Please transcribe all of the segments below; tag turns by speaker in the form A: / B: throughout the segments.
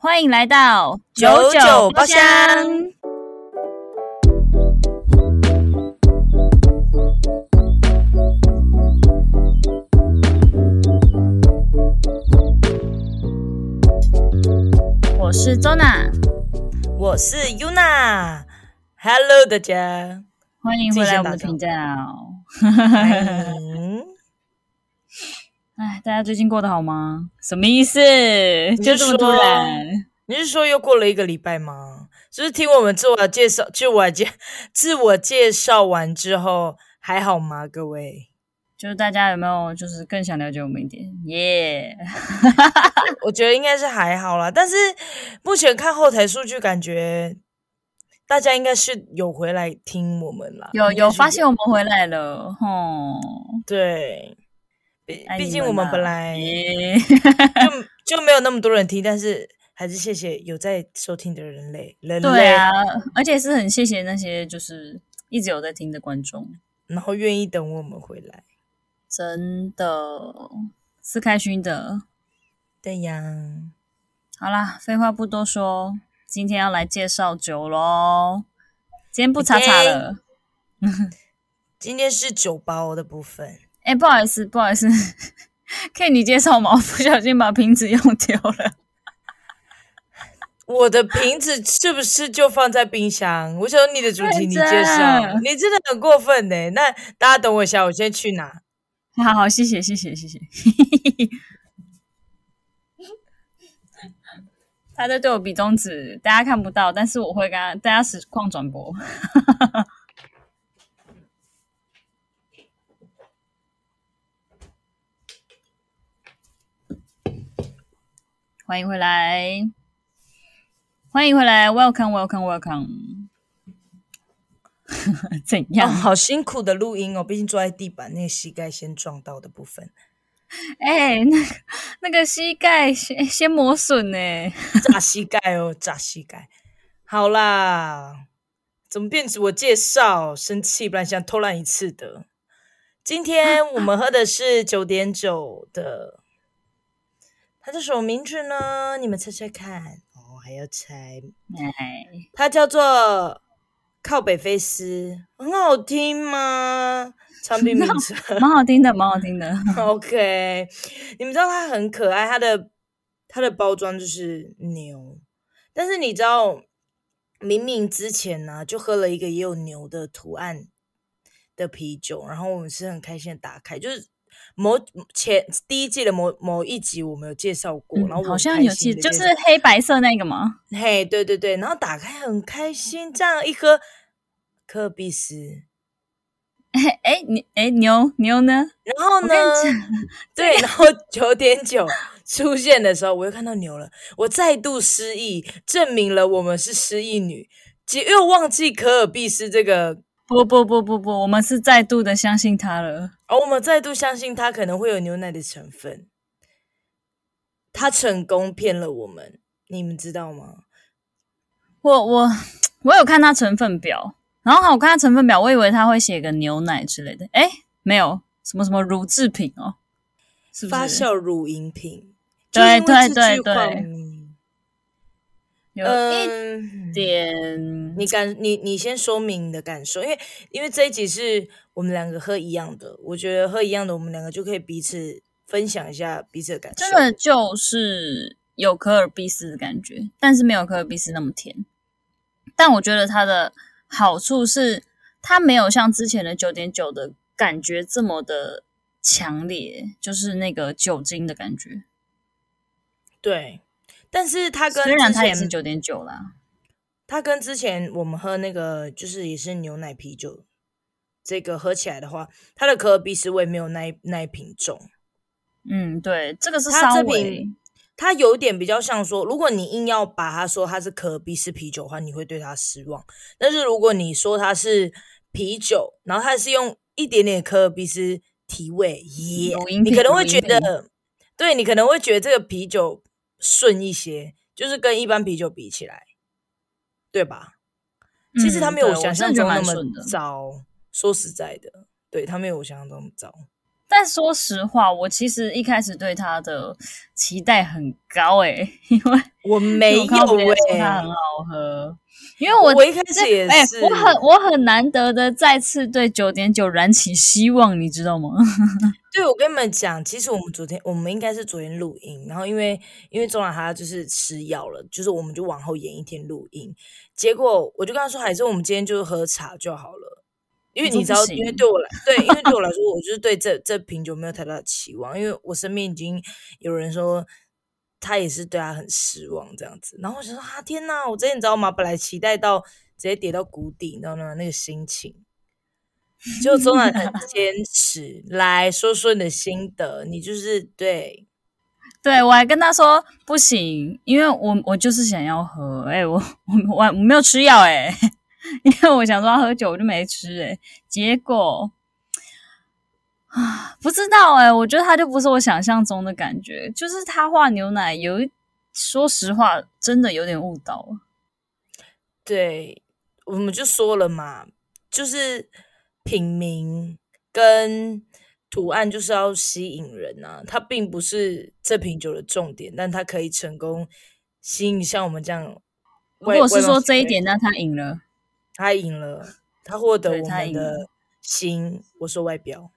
A: 欢迎来到
B: 九九包厢。
A: 我是周娜，
B: 我是 Yuna。Hello，大家。
A: 欢迎回来我们的
B: 自己
A: 频
B: 先
A: 道。
B: 嗯，
A: 哎，大家最近过得好吗？什么意思？
B: 是
A: 就这么突然？
B: 你是说又过了一个礼拜吗？就是听我们自我介绍、自我介、自我介绍完之后，还好吗？各位，
A: 就是大家有没有就是更想了解我们一点？耶、
B: 我觉得应该是还好啦。但是目前看后台数据，感觉大家应该是有回来听我们啦。
A: 有
B: 应该
A: 有
B: 是
A: 发现我们回来了，吼！
B: 对，毕
A: 爱
B: 毕
A: 你
B: 竟我们
A: 啊
B: 本来
A: 耶
B: 就就没有那么多人听，但是还是谢谢有在收听的人类，人类，
A: 对啊，而且是很谢谢那些就是一直有在听的观众，
B: 然后愿意等我们回来。
A: 真的是开心的。
B: 对呀，
A: 好啦，废话不多说，今天要来介绍酒喽。今天不查查了，
B: 今天是酒包的部分，
A: 哎、不好意思，不好意思， 可以你介绍吗？我不小心把瓶子用丢了。
B: 我的瓶子是不是就放在冰箱？我想说你的主题你介
A: 认
B: 绍，
A: 真
B: 你真的很过分呢、那大家等我一下，我先去拿。哦
A: 好好，谢谢，谢谢，谢 谢。他在对我比中指，大家看不到，但是我会跟他，大家实况转播。 欢迎回来，欢迎回来，Welcome，Welcome，Welcome。怎
B: 哦，
A: 样？
B: 好辛苦的录音哦，毕竟坐在地板，那个膝盖先撞到的部分，
A: 哎、那个 那个膝盖先先磨损呢、
B: 炸膝盖哦，炸膝盖。好啦，怎么变自我介绍？生气，不然想偷懒一次的。今天我们喝的是九点九的，它叫什么名字呢？你们猜猜看。哦，还要猜
A: 哎，
B: 它叫做靠北菲斯，很好听吗？产品名称
A: 蛮好听的，蛮好听的。
B: 嗯 OK，你们知道它很可爱，它的它的包装就是牛，但是你知道，明明之前呢、就喝了一个也有牛的图案的啤酒，然后我们是很开心的打开，就是某前第一季的某某一集我们有介绍过，然后我
A: 嗯好
B: 很
A: 像
B: 开
A: 有
B: 心
A: 记，
B: 地
A: 就
B: 介
A: 是
B: 绍
A: 黑白色那个嘛。
B: 嘿，对对对，然后打开很开心，这样一喝，科比斯，
A: 哎 哎，你哎牛牛呢？
B: 然后
A: 我
B: 呢
A: 跟你讲，
B: 对，然后九点九出现的时候，我又看到牛了，我再度失忆，证明了我们是失忆女，结又忘记可尔必斯这个，
A: 不不不不不，我们是再度的相信他了。
B: 而、哦我们再度相信它可能会有牛奶的成分，它成功骗了我们，你们知道吗？
A: 我我我有看他成分表，然后我看他成分表，我以为他会写个牛奶之类的，哎，没有什么什么乳制品哦，是不
B: 发
A: 是？
B: 酵乳饮品，
A: 对
B: 就是因为
A: 对
B: 这句
A: 对
B: 话
A: 对
B: 名
A: 有一
B: 嗯，
A: 点
B: 你感你你先说明你的感受，因为因为这一集是我们两个喝一样的，我觉得喝一样的，我们两个就可以彼此分享一下彼此的感受。
A: 真的就是有可尔必斯的感觉，但是没有可尔必斯那么甜。但我觉得它的好处是，它没有像之前的九点九的感觉这么的强烈，就是那个酒精的感觉。
B: 对，但是它跟
A: 虽然
B: 之
A: 它也
B: 前
A: 是九点九啦，
B: 它跟之前我们喝那个就是也是牛奶啤酒，这个喝起来的话，它的可尔必斯味没有那一那一瓶重。
A: 嗯，对，这个是
B: 它
A: 稍
B: 这
A: 微
B: 瓶它有点比较像说，如果你硬要把它说它是可尔必斯啤酒的话，你会对它失望。但是如果你说它是啤酒，然后它是用一点点可尔必斯提味，耶
A: 乳饮，
B: 你
A: 品
B: 可能会
A: 乳
B: 觉
A: 饮品
B: 得，对你可能会觉得这个啤酒顺一些，就是跟一般啤酒比起来，对吧？其实它
A: 嗯
B: 没有
A: 对
B: 我
A: 我
B: 想
A: 真的
B: 象
A: 觉
B: 中
A: 得
B: 那
A: 蛮
B: 么
A: 顺的
B: 糟，说实在的，对它没有我想象中那么糟。
A: 但说实话，我其实一开始对它的期待很高诶、 因为
B: 我没
A: 看到
B: 有
A: 别人说
B: 欸
A: 它很好喝，因为我
B: 我一开始也
A: 哎、
B: 是
A: 我很我很难得的再次对九点九燃起希望，你知道吗？
B: 对，我跟你们讲，其实我们昨天我们应该是昨天录音，然后因为因为钟朗他就是吃药了，就是我们就往后延一天录音。结果我就跟他说，还是我们今天就喝茶就好了，因为
A: 你说
B: 你知
A: 不
B: 道，因为
A: 行
B: 对我来对，因为对我来说，我就是对这这瓶酒没有太大的期望，因为我身边已经有人说。他也是对他很失望这样子，然后我就说啊天呐，我之前你知道吗？本来期待到直接跌到谷底，你知道吗？那个心情，就总然很坚持， 来说说你的心得。你就是对，
A: 对我还跟他说不行，因为我我就是想要喝，哎、我我我我没有吃药哎、 因为我想说要喝酒，我就没吃哎、结果啊不知道哎、我觉得它就不是我想象中的感觉，就是他化牛奶有一，说实话真的有点误导了。
B: 对，我们就说了嘛，就是品名跟图案就是要吸引人啊，它并不是这瓶酒的重点，但它可以成功吸引像我们这样
A: 如
B: 外。
A: 果是
B: 外貌
A: 说
B: 协
A: 这一
B: 会，
A: 点，那他赢了。
B: 他赢了，他获得
A: 对
B: 我
A: 他
B: 们
A: 赢了
B: 的心。我说外表，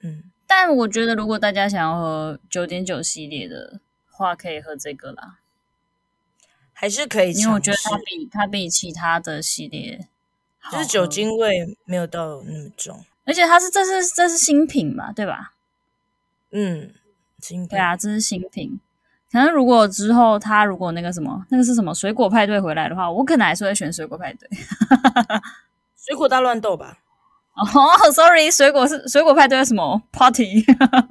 B: 嗯，
A: 但我觉得如果大家想要喝九点九系列的话，可以喝这个啦，
B: 还是可以尝试，
A: 因为我觉得它比它比其他的系列好
B: 就
A: 喝
B: 是酒，精味没有到那么重。
A: 而且它是这是这是新品嘛，对吧？
B: 嗯，精
A: 对啊，这是新品。可能如果之后它如果那个什么那个是什么水果派对回来的话，我可能还是会选水果派对。
B: 水果大乱斗吧？
A: 哦、s o r r y 水果是水果派对是什么 party，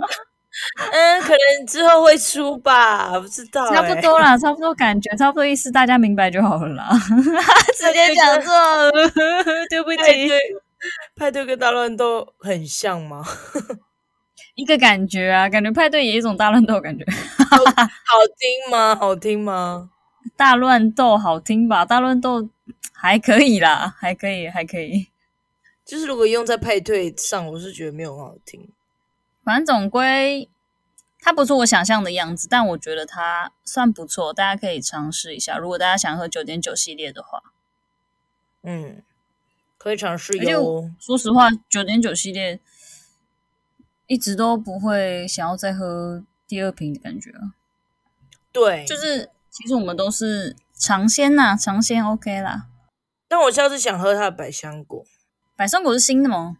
B: 嗯，可能之后会出吧，不知道、欸
A: 差不。多啦，差不多感觉，差不多意思，大家明白就好了啦。 直接讲错， 对不
B: 派
A: 起。
B: 对，派对跟大乱斗很像吗？
A: 一个感觉啊，感觉派对也有一种大乱斗感觉。
B: 好听吗？好听吗？
A: 大乱斗好听吧？大乱斗还可以啦，还可以，还可以。
B: 就是如果用在派对上，我是觉得没有很好听。
A: 反正总归它不是我想象的样子，但我觉得它算不错，大家可以尝试一下。如果大家想喝九点九系列的话，
B: 嗯，可以尝试
A: 而且
B: 哟。
A: 说实话，九点九系列一直都不会想要再喝第二瓶的感觉啊。
B: 对，
A: 就。是其实我们都是尝鲜呐、尝鲜 OK 啦。
B: 但我下次想喝它的百香果，
A: 百松果是新的吗？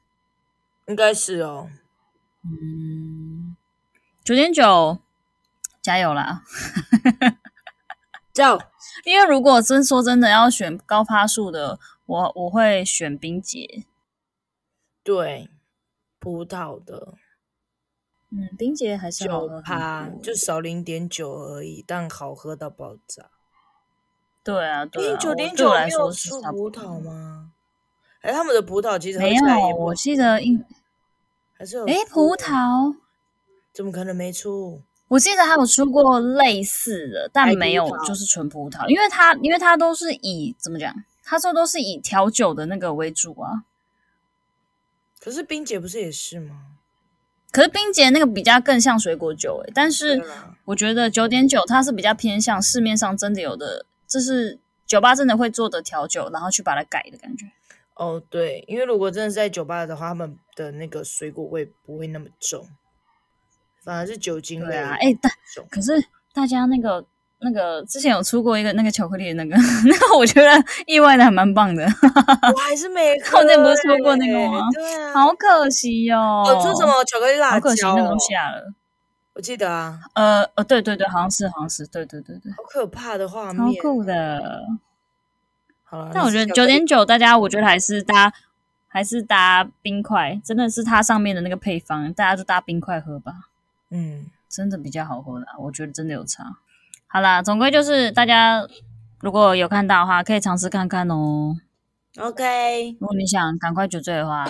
B: 应该是哦。
A: 嗯，九点九，加油啦！
B: 叫
A: 因为如果真说真的要选高趴数的，我我会选冰姐。
B: 对，葡萄的
A: 嗯，冰姐还是好
B: 九
A: 喝很
B: 趴，
A: 多
B: 就少零点九而已，但好喝到爆炸。
A: 对啊，对啊，
B: 九
A: 我
B: 点
A: 对
B: 九
A: 我来
B: 没有
A: 说是
B: 出
A: 差
B: 葡
A: 不
B: 萄
A: 多。
B: 吗？哎，他们的葡萄其实喝
A: 没
B: 起来也
A: 有，
B: 不
A: 我记得应
B: 还是有
A: 诶
B: 出
A: 葡
B: 的
A: 萄，
B: 怎么可能没出？
A: 我记得它有出过类似的，
B: 白
A: 但
B: 葡
A: 没有
B: 萄
A: 就是纯葡萄，因为它因为它都是以怎么讲，它说都是以调酒的那个为主啊。
B: 可是冰姐不是也是吗？
A: 可是冰姐那个比较更像水果酒诶、但是
B: 对啊啦
A: 我觉得九点九它是比较偏向市面上真的有的，就是酒吧真的会做的调酒，然后去把它改的感觉。
B: 哦，对，因为如果真的是在酒吧的话，他们的那个水果味不会那么重，反而是酒精味
A: 对啊，
B: 比
A: 哎、但
B: 较重。
A: 可是大家那个那个之前有出过一个那个巧克力的那个， 那个我觉得意外的还蛮棒的，
B: 我还是没喝、
A: 靠那不是说过那个
B: 哎
A: 吗
B: 对啊，
A: 好可惜哦。
B: 有出什？么巧克力辣
A: 好可惜，
B: 椒、
A: 那个
B: 哦
A: 都？下了。
B: 我记得啊，
A: 呃呃，对对对，好像是好像是，对对对对，
B: 好可怕的画
A: 超
B: 面。
A: 酷的。
B: 好了，
A: 但
B: 你
A: 我
B: 哦是
A: 觉得
B: 巧
A: 九
B: 克力
A: 点九，大家我觉得还是搭还是搭冰块，真的是它上面的那个配方，大家就搭冰块喝吧，
B: 嗯，
A: 真的比较好喝啦，我觉得真的有差。好啦，总归就是大家如果有看到的话，可以尝试看看哦。
B: OK，
A: 如果你想赶快酒醉的话，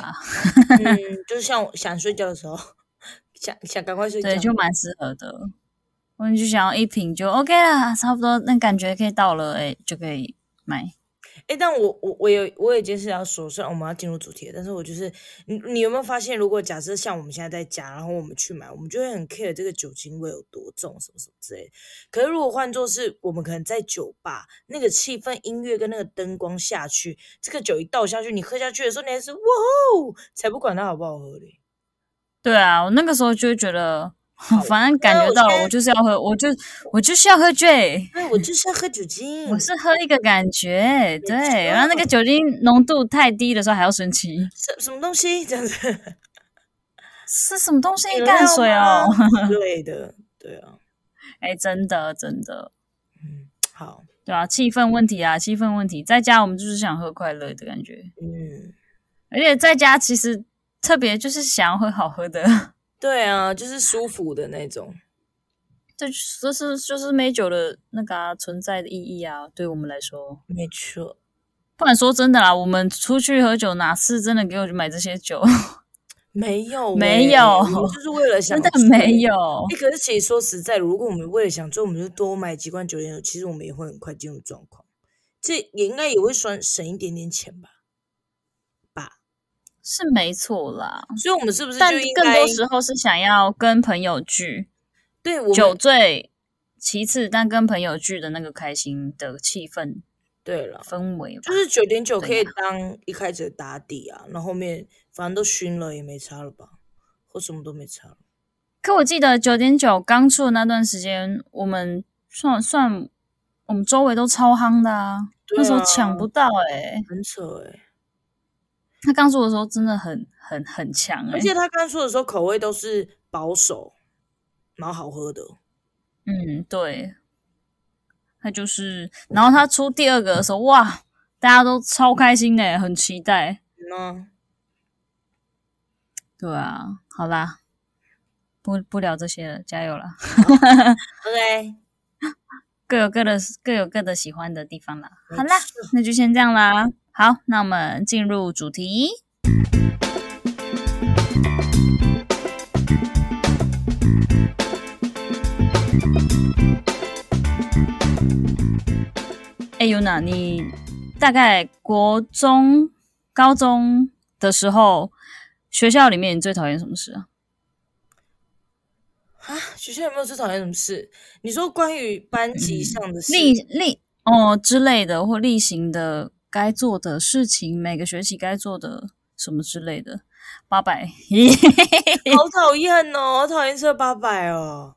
B: 嗯，就是像我想睡觉的时候， 想想赶快睡觉。
A: 对，就蛮适合的。如果你就想要一瓶就 OK 啦，差不多那感觉可以到了，哎、就可以买。
B: 哎，但我我我有我有一件事要说，虽然我们要进入主题了，但是我就是你你有没有发现，如果假设像我们现在在家，然后我们去买，我们就会很 care 这个酒精味有多重，什么什么之类的。可是如果换作是我们可能在酒吧，那个气氛、音乐跟那个灯光下去，这个酒一倒下去，你喝下去的时候，你还是哇哦，才不管它好不好喝嘞。
A: 对啊，我那个时候就会觉得，哼反正感
B: 那我
A: 觉到
B: 先
A: 了，我就是要喝，我就我就是要喝醉，
B: 哎，我就是要喝酒精，
A: 我是喝一个感觉，对。
B: 错
A: 然后那个酒精浓度太低的时候还要生气，
B: 什什么东西这样子，
A: 是什么东西
B: 饮料
A: 干水哦？
B: 吗之类的， 对啊，
A: 哎、真的真的，
B: 嗯，好，
A: 对啊，气氛问题啊，气氛问题，在家我们就是想喝快乐的感觉，
B: 嗯。
A: 而且在家其实特别就是想要喝好喝的，
B: 对啊，就是舒服的那种。
A: 这这是就是美酒的那个、啊、存在的意义啊，对我们来说。
B: 没错，
A: 不然说真的啦，我们出去喝酒哪次真的给我去买这些酒？
B: 没有欸、
A: 没有
B: 我们就是 为了想
A: 真的
B: 醉
A: 没。有
B: 欸、。可是其实说实在，如果我们为了想做，我们就多买几罐九点九，其实我们也会很快进入状况。这也应该也会省省一点点钱吧？
A: 是没错啦，
B: 所以，我们是不是
A: 嗯但
B: 就应
A: 更
B: 该
A: 多时候是想要跟朋友聚，
B: 对我
A: 酒
B: 们
A: 醉其次，但跟朋友聚的那个开心的气氛
B: 对了，
A: 氛围吧，
B: 就是九点九
A: 对
B: 可以当一开始的打底啊，然后后面反正都熏了也没差了吧，或什么都没差了。
A: 可我记得九点九刚出的那段时间，我们算算我们周围都超夯的啊，
B: 对啊
A: 那时候抢不到哎、
B: 很扯哎、
A: 他刚出的时候真的很很很强哎、
B: 而且他刚说的时候口味都是保守，然后好喝的。
A: 嗯对，他就是，然后他出第二个的时候，哇，大家都超开心哎、很期待。啊
B: 那
A: 对啊，好啦，不不聊这些了，加油啦！
B: OK，
A: 各有各的各有各的喜欢的地方啦。好啦，那就先这样啦。好，那我们进入主题。哎、尤娜，你大概国中、高中的时候，学校里面你最讨厌什么事啊？
B: 啊，学校有没有最讨厌什么事？你说关于班
A: 嗯
B: 级上的事，
A: 例例哦之类的，或例行的该做的事情，每个学期该做的什么之类的，八百，
B: 好讨厌哦，好讨厌这八百哦。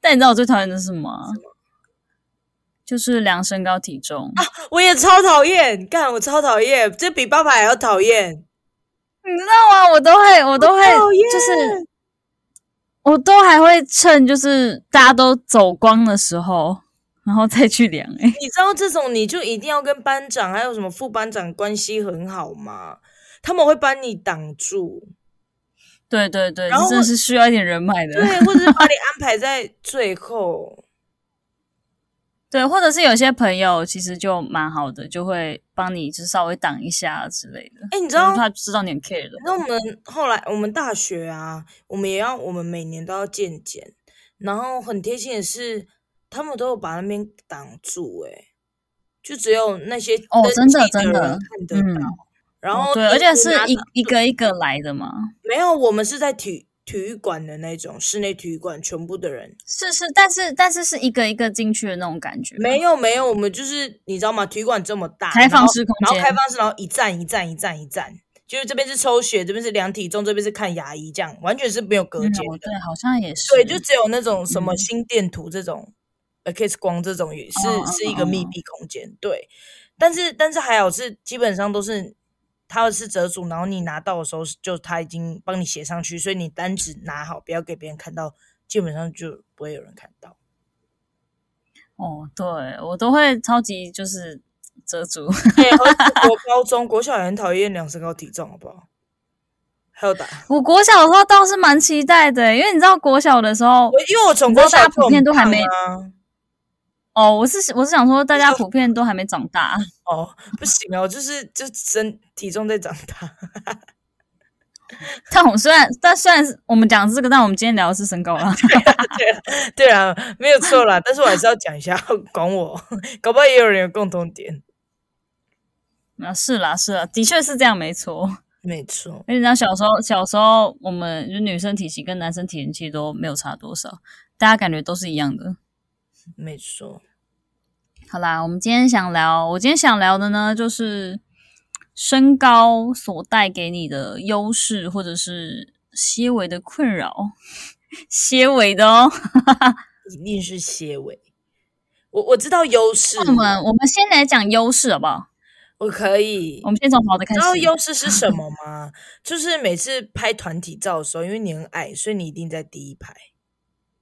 A: 但你知道我最讨厌的是什么啊啊？就是量身高体重，
B: 我也超讨厌，干我超讨厌，这比八百还要讨厌。
A: 你知道啊吗？我都会，我都会
B: 讨厌，
A: 就是 我都还会趁就是大家都走光的时候，然后再去量、欸。
B: 你知道这种你就一定要跟班长还有什么副班长关系很好吗？他们会帮你挡住，
A: 对对对，
B: 然后
A: 这真的
B: 我
A: 是需要一点人脉的。
B: 对，或者是把你安排在最后。
A: 对，或者是有些朋友其实就蛮好的，就会帮你就稍微挡一下之类的。
B: 哎、你知
A: 然
B: 道
A: 后他知道你很 care 的
B: 那我们后来，我们大学啊，我们也要，我们每年都要健检，然后很贴心的是，他们都有把那边挡住、欸，就只有那些
A: 哦
B: 登
A: 真
B: 记
A: 的真的
B: 人看得到，
A: 嗯
B: 然后
A: 对，
B: 你
A: 而且
B: 你
A: 是
B: 拿
A: 一一个一个来的嘛。
B: 没有，我们是在体体育馆的那种室内体育馆，全部的人
A: 是是，但是但是是一个一个进去的那种感觉。
B: 没有没有，我们就是你知道吗？体育馆这么大，
A: 开放
B: 然后
A: 式空
B: 然后
A: 间
B: 开放式，然后一站一站一站一站，就是这边是抽血，这边是量体重，这边是看牙医，这样完全是没有隔
A: 嗯，
B: 间的。
A: 对，好像也是。
B: 对，就只有那种什么
A: 嗯
B: 心电图这种，呃、X 光这种也是
A: 哦
B: 是一
A: 哦
B: 个
A: 哦
B: 密
A: 哦
B: 闭空间。对，但是但是还好是基本上都是它是折组，然后你拿到的时候是就他已经帮你写上去，所以你单只拿好，不要给别人看到，基本上就不会有人看 到。
A: 哦，对我都会超级就是遮住。
B: 对，而且哎国高中国小也很讨厌量身高体重，好不好？还 有打，
A: 我国小的话倒是蛮期待的，因为你知道国小的时候
B: 我，因为我从
A: 你知
B: 国
A: 道大
B: 小
A: 家普遍都还没
B: 就很胖啊
A: 哦，我是我是想说，大家普遍都还没长大。
B: 啊哦，不行哦，就是就身体重在长大。
A: 但我虽然但虽然是我们讲这个，但我们今天聊的是身高啊啦。
B: 对啊，没有错啦，但是我还是要讲一下，管我，搞不好也有人有共同点。
A: 啊，是啦是啦，的确是这样，没错。
B: 没错，
A: 而且你知道小时候小时候我们就女生体型跟男生体型其实都没有差多少，大家感觉都是一样的。
B: 没错。
A: 好啦，我们今天想聊，我今天想聊的呢，就是身高所带给你的优势，或者是些微的困扰， 些微的哦。
B: 一定是结尾。我我知道优势，
A: 那我们我们先来讲优势好不好？
B: 我可以。
A: 我们先从好的开
B: 你知道
A: 始。
B: 优势是什么吗？就是每次拍团体照的时候，因为你很矮，所以你一定在第一排。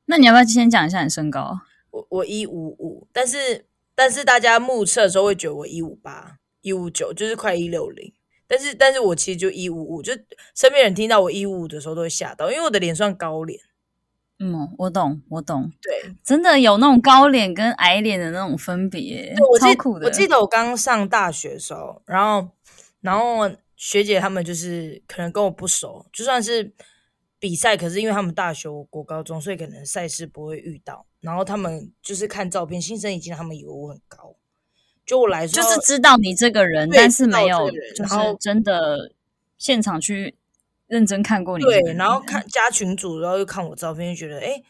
A: 那你要不要先讲一下你身高？啊
B: 我我一五五，但是但是大家目测的时候会觉得我一五八、一五九，就是快一六零。但是但是我其实就一五五，就身边人听到我一五五的时候都会吓到，因为我的脸算高脸。
A: 嗯，我懂，我懂，
B: 对，
A: 真的有那种高脸跟矮脸的那种分别
B: 对，我记
A: 超酷的。
B: 我记得我刚上大学的时候，然后然后学姐她们就是可能跟我不熟，就算是比赛，可是因为他们大学我国高中，所以可能赛事不会遇到。然后他们就是看照片，新生已经他们以为我很高，就我来说
A: 就是知道你这个人，
B: 对
A: 但是没有
B: 知道这个人
A: 就是
B: 然后
A: 真的现场去认真看过你这个人。
B: 对，然后看加群主，然后又看我照片，就觉得哎，诶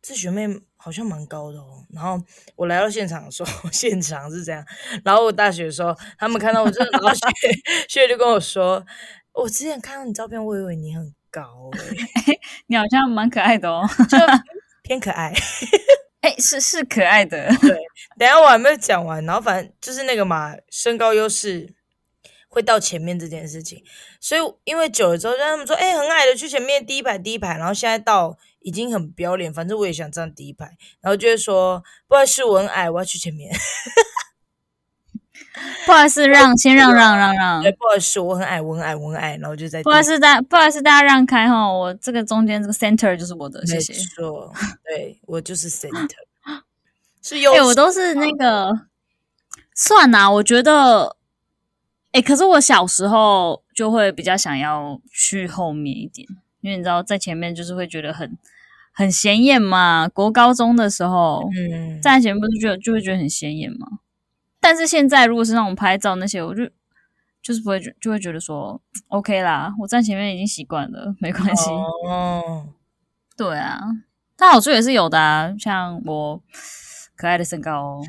B: 这学妹好像蛮高的哦。然后我来到现场的时候， 现场是这样。然后我大学的时候，他们看到我这，然后学 学姐就跟我说，我之前看到你照片，我以为你很高、欸，
A: 你好像蛮可爱的 哦。
B: 就偏可爱。
A: 哎、是是可爱 的，
B: 等一下我还没有讲完，然后反正就是那个嘛，身高优势会到前面这件事情，所以因为久了之后，让他们说，哎、很矮的去前面第一排第一排，然后现在到已经很不要脸，反正我也想站第一排，然后就会说，不好意思，我很矮，我要去前面，
A: 啊不好意思，让先让让让让
B: 哎，，不好意思，我很矮，我很矮，我很矮，然后就在第
A: 不
B: 一
A: 好
B: 排
A: 意思大不好意思大家让开哈，我这个中间这个 center 就是我的，谢谢
B: 没。错，对我就是 center，是优
A: 哎、
B: 势，
A: 我都是那个算啦、我觉得，哎、可是我小时候就会比较想要去后面一点，因为你知道在前面就是会觉得很很显眼嘛。国高中的时候，
B: 嗯，
A: 站在前面不是觉得就会觉得很显眼吗？但是现在如果是让我拍照那些，我就就是不会觉就会觉得说 OK 啦，我站前面已经习惯了，没关系。
B: 哦，
A: 对啊，但好处也是有的啊，像我可爱的身高、哦，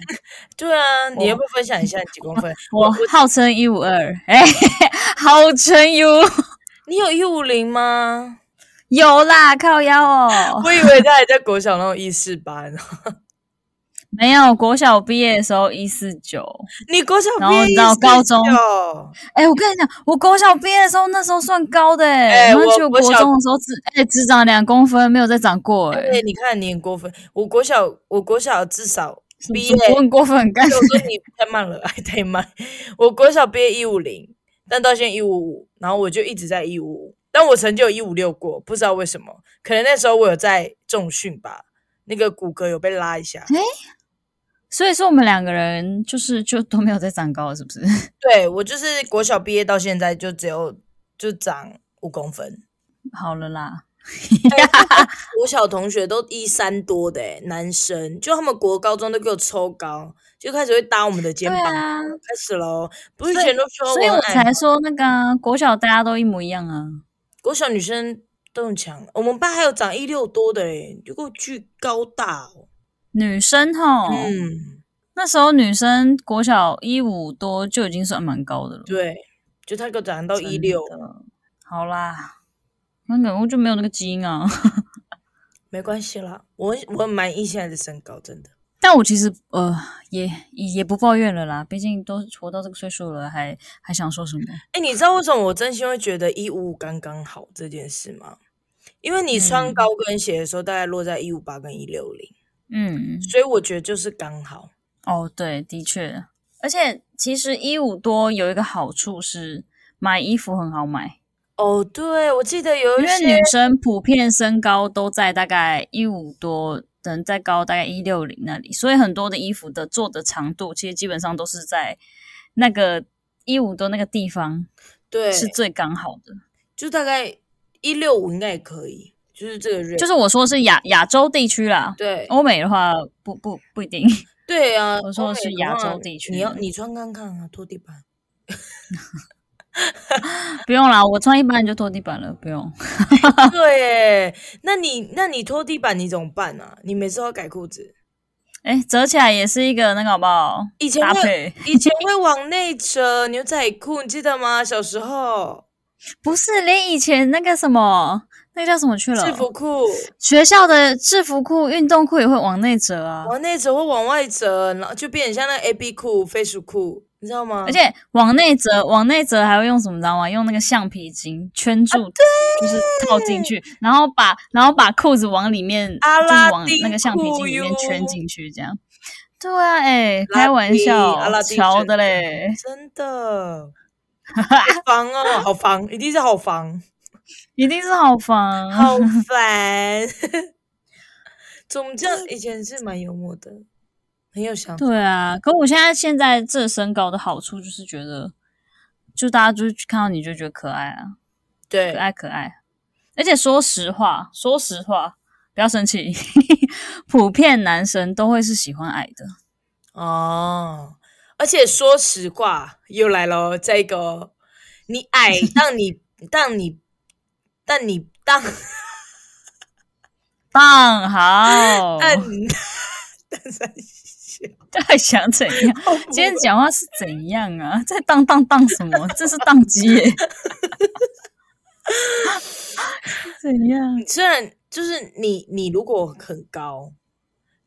B: 对啊，你要不要分享一下你几公 分？
A: 我号称一五二，哎，号称 U
B: 你有一五零吗？
A: 有啦，靠腰哦，
B: 我以为他还在国小那种一四八，然后
A: 没有，国小毕业的时候一四九，
B: 你国小
A: 然后你知道
B: 149
A: 高中哎，我跟你讲，我国小毕业的时候那时候算高的、哎、
B: 哎
A: 然后
B: 我
A: 去
B: 国
A: 国中
B: 小
A: 的时候只哎、只长两公分，没有再长过、哎、
B: 对，你看你很过分。我国小，我国小至少毕业，
A: 我很过分，干
B: 我说你太慢了， 还太慢。我国小毕业一五零，但到现在一五五，然后我就一直在一五五，但我曾经有一五六过，不知道为什么，可能那时候我有在重训吧，那个骨骼有被拉一下。
A: 所以说我们两个人就是就都没有再长高了，是不 是？
B: 对我就是国小毕业到现在就只有就长五公分。
A: 好了啦，
B: 我小同学都一三多的、欸、男生，就他们国高中都给我抽高，就开始会搭我们的肩
A: 对
B: 膀，
A: 啊，
B: 开始喽。不是以
A: 所以
B: 前都说
A: 所以
B: 很
A: 我
B: 矮吗，
A: 才说那个啊国小大家都一模一样啊。
B: 国小女生都很强。我们班还有长一六多的、欸，就给我巨高大哦。
A: 女生吼，
B: 嗯，
A: 那时候女生国小一五多就已经算蛮高的了，
B: 对，就他给我长到
A: 真
B: 一六，
A: 的。好啦，那可能就没有那个基因啊。
B: 没关系啦，我很我很满意现在的身高，真的。
A: 但我其实呃也也也不抱怨了啦，毕竟都活到这个岁数了，还还想说什么？
B: 哎、你知道为什么我真心会觉得一五五刚刚好这件事吗？因为你穿
A: 嗯
B: 高跟鞋的时候，大概落在一五八跟一六零，
A: 嗯，
B: 所以我觉得就是刚好。
A: 哦，对，的确，而且其实一五多有一个好处是买衣服很好买，
B: 哦，对，我记得有
A: 因为
B: 一些
A: 女生普遍身高都在大概一五多，能再高大概一六零那里，所以很多的衣服的做的长度其实基本上都是在那个一五多那个地方
B: 对，
A: 是最刚好的。
B: 就大概一六五应该也可以，就是这个 rate，
A: 就是我说是亚亚洲地区啦，
B: 对
A: 欧美的话不不不一定。
B: 对啊，
A: 我说的
B: 欧美
A: 是
B: 的
A: 亚
B: 话
A: 洲地区
B: 你
A: 的
B: 要你穿看看啊，拖地 板。
A: 不用啦，我穿一般就拖地板了，不用。
B: 对耶，那你那你拖地板你怎么办啊？你每次都要改裤子，
A: 哎，折起来也是一个那个好不好？
B: 以前
A: 搭
B: 会
A: 配
B: 以前会往内折牛仔裤，你记得吗？小时候
A: 不是连以前那个什么，那个叫什么去了？
B: 制服裤
A: 学校的制服裤、运动裤也会往内折啊，
B: 往内折或往外折，然后就变得像那 A B 裤、飞鼠裤，你知道吗？
A: 而且往内折，往内折还会用什么？你知道吗？用那个橡皮筋
B: 啊
A: 圈住，就是套进去，然后把然后把裤子往里面，
B: 阿
A: 就是
B: 拉
A: 往那
B: 丁
A: 个橡皮
B: 裤
A: 筋里面
B: 哟
A: 圈进去，这样。对啊，哎、
B: 拉
A: 开玩
B: 丁
A: 笑
B: 阿拉，丁
A: 瞧
B: 神
A: 的嘞。
B: 真的 好防哦，好防，一定是好 防，
A: 一定是好房。
B: 好烦。 总之以前是蛮幽默的，很有想法。
A: 对啊，可我现在现在这身高的好处就是觉得，就大家就是看到你就觉得可爱啊，
B: 对
A: 可，爱可爱。而且说实话，说实话，不要生气， 普遍男生都会是喜欢矮的。
B: 哦，而且说实话，又来咯，这个哦你 矮，让你让你让你当
A: 当好，
B: 但但三小，
A: 在想怎 样？今天讲话是怎样啊？在当当当什么？这是宕机 耶！怎样？
B: 虽然就是你你如果很高，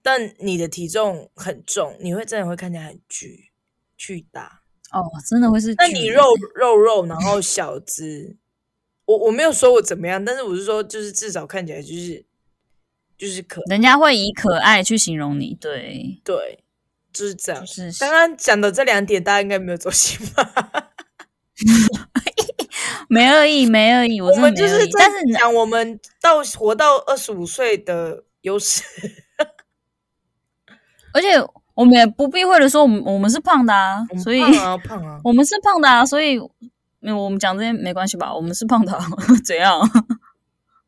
B: 但你的体重很重，你会真的会看起来很巨巨大。
A: 哦，真的会是
B: 那
A: 巨
B: 你
A: 人
B: 肉肉肉，然后小只，我我没有说我怎么样，但是我是说，就是至少看起来就是就是可
A: 人家会以可爱去形容你，对，
B: 对，就是这样
A: 就。是
B: 刚刚讲的这两点，大家应该没有走心吧？
A: 没恶意，没恶意，我
B: 我
A: 真的
B: 们
A: 没
B: 就
A: 恶
B: 是
A: 意。但是
B: 在讲我们到活到二十五岁的优势。
A: 而且我们也不避讳的说，我们我们是胖的啊，所以
B: 我们胖啊胖啊，
A: 我们是胖的啊，所以嗯我们讲这些没关系吧？我们是胖的、啊， 怎样？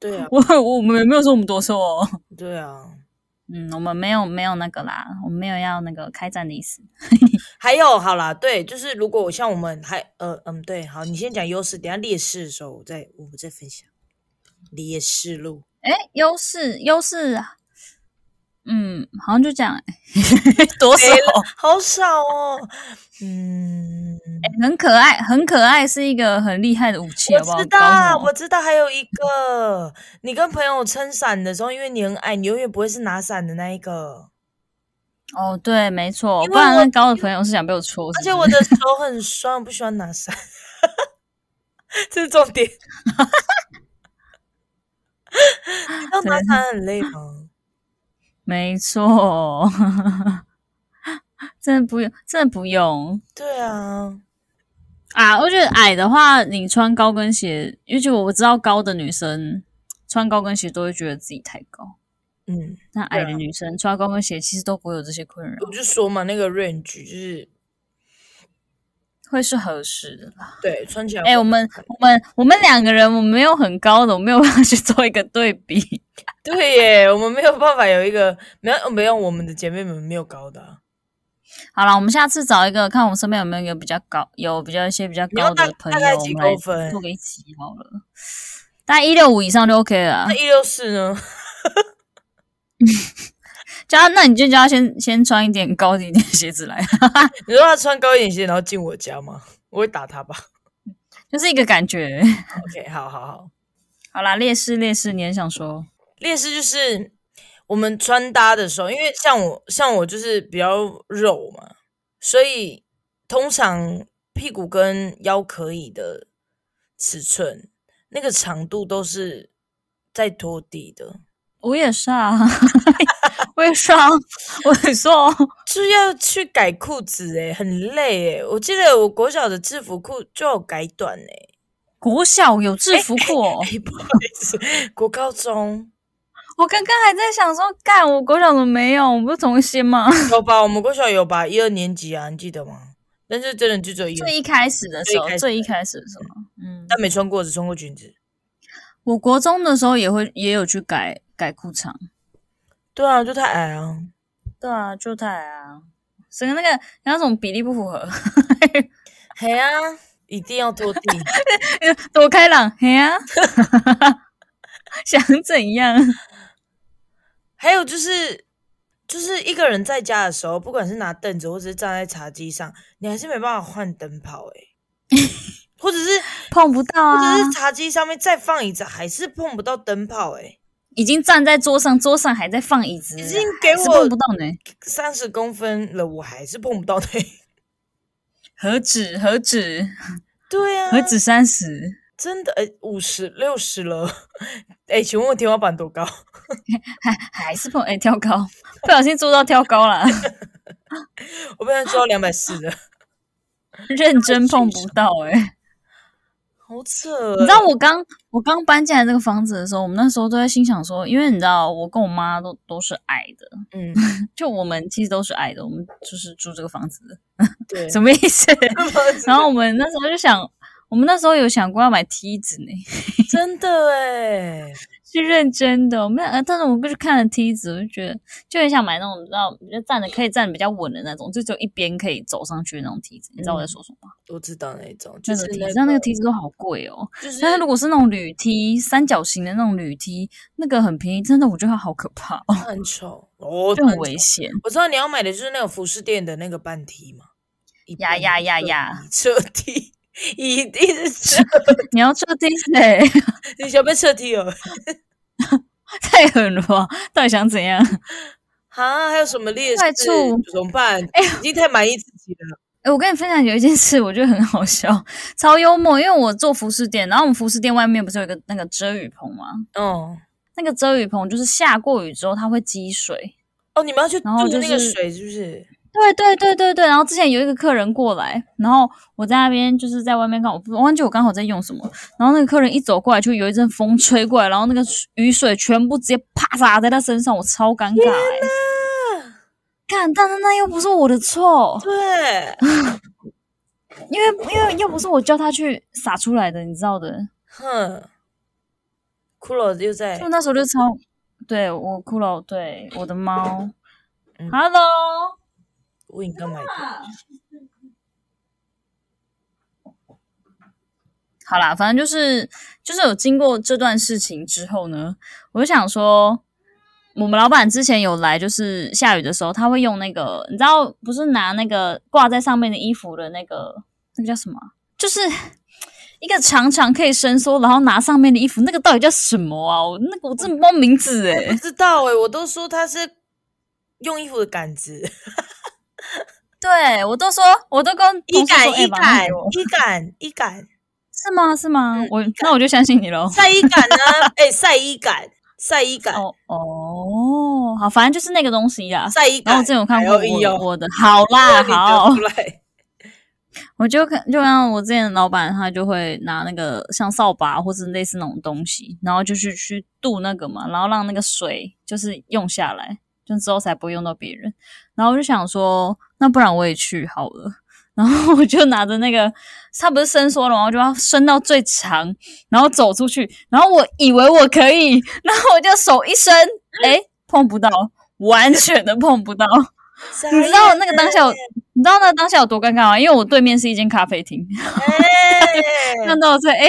B: 对啊
A: 我我我们也没有说我们多瘦哦。
B: 对啊。
A: 嗯，我们没有没有那个啦，我们没有要那个开战的意思。
B: 还有好啦，对，就是如果像我们还呃嗯对，好，你先讲优势，等一下劣势的时候我再我们再分享劣势路。
A: 哎，优势优势啊，嗯，好像就这样、 多瘦
B: 没。了好少哦，嗯，
A: 很可爱，很可爱，是一个很厉害的武器，好不好？
B: 我知
A: 搞什
B: 道，
A: 么
B: 我知道，还有一个，你跟朋友撑伞的时候，因为你很矮，你永远不会是拿伞的那一个。
A: 哦，对，没错，
B: 因为
A: 不然
B: 我
A: 那高的朋友是想被我戳死。
B: 而且我的手很酸，我不喜欢拿伞， 这是重点。 你知道拿伞很累吗？
A: 没错， 真的不用，真的不用
B: 对啊，
A: 啊！我觉得矮的话，你穿高跟鞋，尤其我知道高的女生穿高跟鞋都会觉得自己太高，
B: 嗯，
A: 那矮的女生穿高跟鞋其实都不会有这些困扰
B: 我，就说嘛，那个 range 就是
A: 会是合适的啦。
B: 对穿起来会。
A: 哎、我们我们我们两个人，我们没有很高的，我没有办法去做一个对比。
B: 对耶，我们没有办法有一个没有没有我们的姐妹们没有高的啊、
A: 好了，我们下次找一个，看我们身边有没有一个比较高，有比较一些比较
B: 你要
A: 高的
B: 大
A: 朋
B: 大
A: 友，
B: 概
A: 我
B: 几
A: 们来
B: 公分
A: 做个一起好了。大概一六五以上就 OK 了啊
B: 那。一六四呢？
A: 叫他，那你就叫他先先穿一点高一点的鞋子来，啊
B: 你说他穿高一点鞋，然后进我家吗？我会打他吧
A: 就是一个感觉。
B: ？OK，好好好。
A: 好啦，劣势劣势，你很想说，
B: 劣势就是我们穿搭的时候，因为像我像我就是比较肉嘛，所以通常屁股跟腰可以的尺寸，那个长度都是在拖地的，
A: 我也是啊， 我也是啊，我也说，
B: 就要去改裤子诶、很累诶、我记得我国小的制服裤就有改短诶、
A: 国小有制服裤、 哦，
B: 哎 不好意思，国高中
A: 我刚刚还在想说，干我国小怎么没有？我不是同一些吗？
B: 有吧？我们国小有吧？一二年级啊，你记得吗？但是真的就只有一二
A: 最一开始的时候
B: 最一开，始
A: 最一开始的时候，嗯，
B: 但没穿过，只穿过裙子。
A: 我国中的时候也会也有去改改裤长，
B: 对啊，就太矮啊。
A: 对啊，就太矮啊，整个那个那种比例不符 合，
B: 嘿啊，一定要拖地。
A: 多开朗，嘿呀、啊， 想怎样？
B: 还有就是，就是一个人在家的时候，不管是拿凳子或者是站在茶几上，你还是没办法换灯泡哎、 或者是
A: 碰不到
B: 或
A: 啊，
B: 者是茶几上面再放椅子，还是碰不到灯泡哎、
A: 已经站在桌上，桌上还在放椅子，
B: 已经给
A: 还是碰不
B: 我
A: 到呢。
B: 三十公分了，我还是碰不到那。
A: 何止何止
B: 对 啊，
A: 何止三十，
B: 真的哎，五十六十了， 哎，请问我天花板多高？
A: 还还是碰哎、跳高，不小心做到跳高了，
B: 我被人 说两百四了，
A: 认真碰不到哎、
B: 好扯。哦
A: 你知道我刚我刚搬进来这个房子的时候，我们那时候都在心想说，因为你知道我跟我妈都都是矮的，
B: 嗯，
A: 就我们其实都是矮的，我们就是住这个房子的，
B: 对。
A: 什么意思？ 然
B: 然
A: 后
B: 后
A: 我们那时候就想，我们那时候有想过要买梯子呢，
B: 真的哎，
A: 是认真的。我们呃，但是我过去看了梯子，我就觉得就很想买那种，你知道，就站着可以站得比较稳的那种，就只有一边可以走上去的那种梯子。你知道我在说什么吗？
B: 我知道那一种，嗯就
A: 那
B: 是
A: 种梯
B: 那
A: 子，但那个
B: 个
A: 梯子都好贵哦。
B: 就是
A: 但是如果是那种铝梯，三角形的那种铝梯，那个很便宜，真的我觉得它好可怕哦，
B: 很丑哦，
A: 就很
B: 丑
A: 危险。
B: 我知道你要买的就是那种服饰店的那个半梯嘛，一
A: 呀
B: 半
A: 呀
B: 一
A: 呀
B: 彻
A: 呀
B: 底彻底一定是彻，
A: 你要坐梯子、欸，
B: 你想被彻底哦？
A: 太狠了吧？到底想怎样？
B: 啊，还有什么劣势
A: 坏处？哎
B: 怎么办？已经太满意自己了。
A: 哎、我跟你分享有一件事，我觉得很好笑，超幽默。因为我做服饰店，然后我们服饰店外面不是有一个那个遮雨棚吗？
B: 哦
A: 那个遮雨棚就是下过雨之后它会积水。
B: 哦，你们要去
A: 然后
B: 渡
A: 就
B: 那个
A: 是
B: 水是不是？
A: 对对对对对。然后之前有一个客人过来，然后我在那边就是在外面看，我不我忘记我刚好在用什么。然后那个客人一走过来，就有一阵风吹过来，然后那个雨水全部直接啪洒在他身上，我超尴尬、欸。
B: 啊，
A: 看，但是那又不是我的错，
B: 对，
A: 因为因为又不是我叫他去洒出来的，你知道的。
B: 哼，骷髅就在
A: 就那时候就超，对我骷髅，对我的猫、
B: 嗯
A: h e l l o
B: 问你干嘛？
A: 啊好啦，反正就是就是有经过这段事情之后呢，我就想说，我们老板之前有来，就是下雨的时候，他会用那个，你知道，不是拿那个挂在上面的衣服的那个，那个叫什么啊？就是 一个长长可以伸缩，然后拿上面的衣服，那个到底叫什么啊？我那个我真的不知道名字欸诶、
B: 不知道哎、我都说他是用衣服的杆
A: 哦
B: 子，
A: 对我都说，我都跟
B: 衣
A: 同事说
B: 杆，
A: 哎
B: 衣
A: 把那个
B: 杆
A: 给我，
B: 衣杆，衣杆，
A: 是吗？是吗？
B: 嗯
A: 我那我就相信你喽。
B: 晒衣杆呢？哎、晒衣杆，晒衣杆，
A: 哦哦，好，反正就是那个东西啊啦。
B: 晒衣
A: 然
B: 杆。
A: 后我之前哦有看
B: 还
A: 过
B: 要硬
A: 我
B: 要
A: 我的，好 啦，
B: 你得
A: 好
B: 出，来，
A: 我就看就像我之前的老板，他就会拿那个像扫把或是类似那种东西，然后就去去渡那个嘛，然后让那个水就是用下来，就之后才不会用到别人。然后我就想说，那不然我也去好了。然后我就拿着那个，它不是伸缩了吗，然后就要伸到最长，然后走出去。然后我以为我可以，然后我就手一伸，哎，碰不到，完全的碰不到。 你知
B: 哎
A: 道那个当下有，你知道那个当下有多尴尬吗？因为我对面是一间咖啡厅，
B: 哎，
A: 看到我这，哎、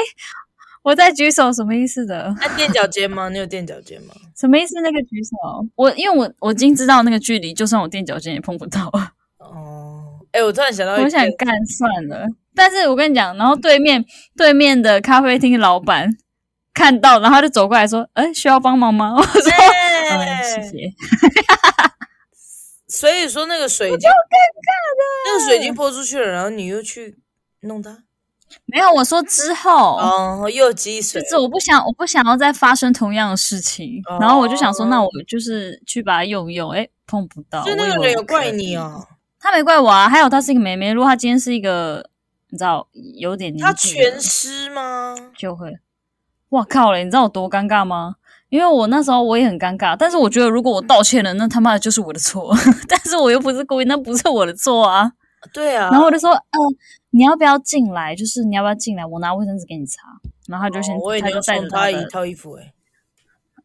A: 我在举手，什么意思的？
B: 那啊垫脚尖吗？你有垫脚尖吗？
A: 什么意思？那个举手，我因为我我已经知道那个距离，就算我垫脚尖也碰不到，
B: 哦，哎，我突然想到一件，
A: 我想干算了。但是我跟你讲，然后对面对面的咖啡厅老板看到，然后他就走过来说：“哎、需要帮忙吗？”我 说：“
B: 哎
A: 嗯，谢谢。
B: 所以说那个水已经，那个水已经泼出去了，然后你又去弄它，”
A: 没有，我说之后。
B: 哦，又积水
A: 就，是我不想，我不想要再发生同样的事情。然后我就想说，那我就是去把它用一用，哎，碰不到。
B: 所以那
A: 我以
B: 个
A: 为
B: 哦人有
A: 我可
B: 怪
A: 以
B: 你，哦，
A: 他没怪我啊。还有他是一个妹妹，如果他今天是一个，你知道有点年
B: 他
A: 纪的
B: 全湿吗？
A: 就会，哇靠嘞！你知道我多尴尬吗？因为我那时候我也很尴尬，但是我觉得如果我道歉了，那他妈的就是我的错。 但是我又不是故意，那不是我的错啊。
B: 对啊，
A: 呃然后我就说，嗯、你要不要进来？就是你要不要进来？我拿卫生纸给你擦。然后他就先、
B: 哦我也
A: 他就带着
B: 送他
A: 的
B: 一套衣服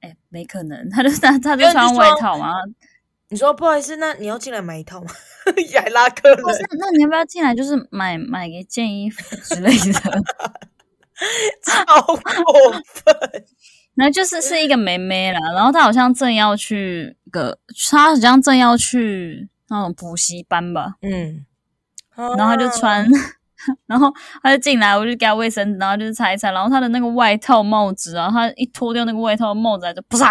B: 哎、
A: 哎、没可能，他就他他
B: 没有
A: 就
B: 就
A: 穿
B: 说
A: 外套啊嘛，
B: 你说不好意思，那你要进来买一套吗？ 也还拉客人
A: 哦不，是，那你要不要进来？就是买买一件衣服之类的，
B: 超过分。
A: 然后就是是一个妹妹啦，然后她好像正要去个，她好像正要去那种补习班吧，
B: 嗯，然
A: 然后她就穿， 然后她就进来，我就给她卫生纸，然后就是擦一擦，然后她的那个外套帽子啊，她一脱掉那个外套帽子啊，就啪，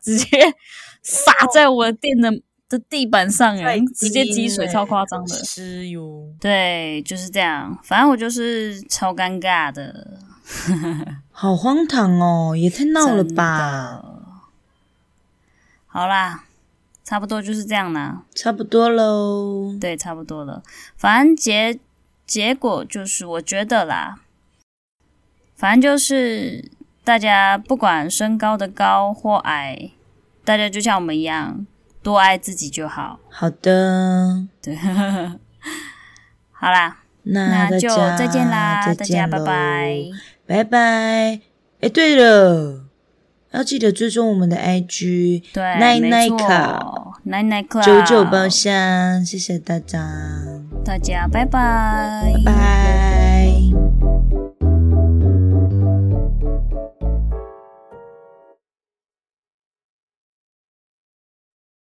A: 直接 洒在我的店的的地板上，
B: 啊
A: 哎，直接积水，
B: 欸
A: 超夸张 的。
B: 湿哎哟。
A: 对，就是这样。反正我就是超尴尬的。
B: 好荒唐哦，也太闹了吧！
A: 真的？好啦，差不多就是这样啦。
B: 差不多喽。
A: 对，差不多了。反正结结果就是，我觉得啦，反正就是大家不管身高的高或矮，大家就像我们一样，多爱自己就好。
B: 好的，
A: 对，好啦，
B: 那
A: 那
B: 嗯大
A: 就
B: 家
A: 再见啦，
B: 再
A: 大家
B: 见
A: 拜
B: 喽
A: 拜。
B: 拜拜。哎，对了，要记得追踪我们的 IG
A: 对，
B: 奈
A: 没
B: 奈
A: 错
B: 卡，
A: 奈奈卡，
B: 九九包厢，谢谢大家，
A: 大家拜拜，
B: 拜拜。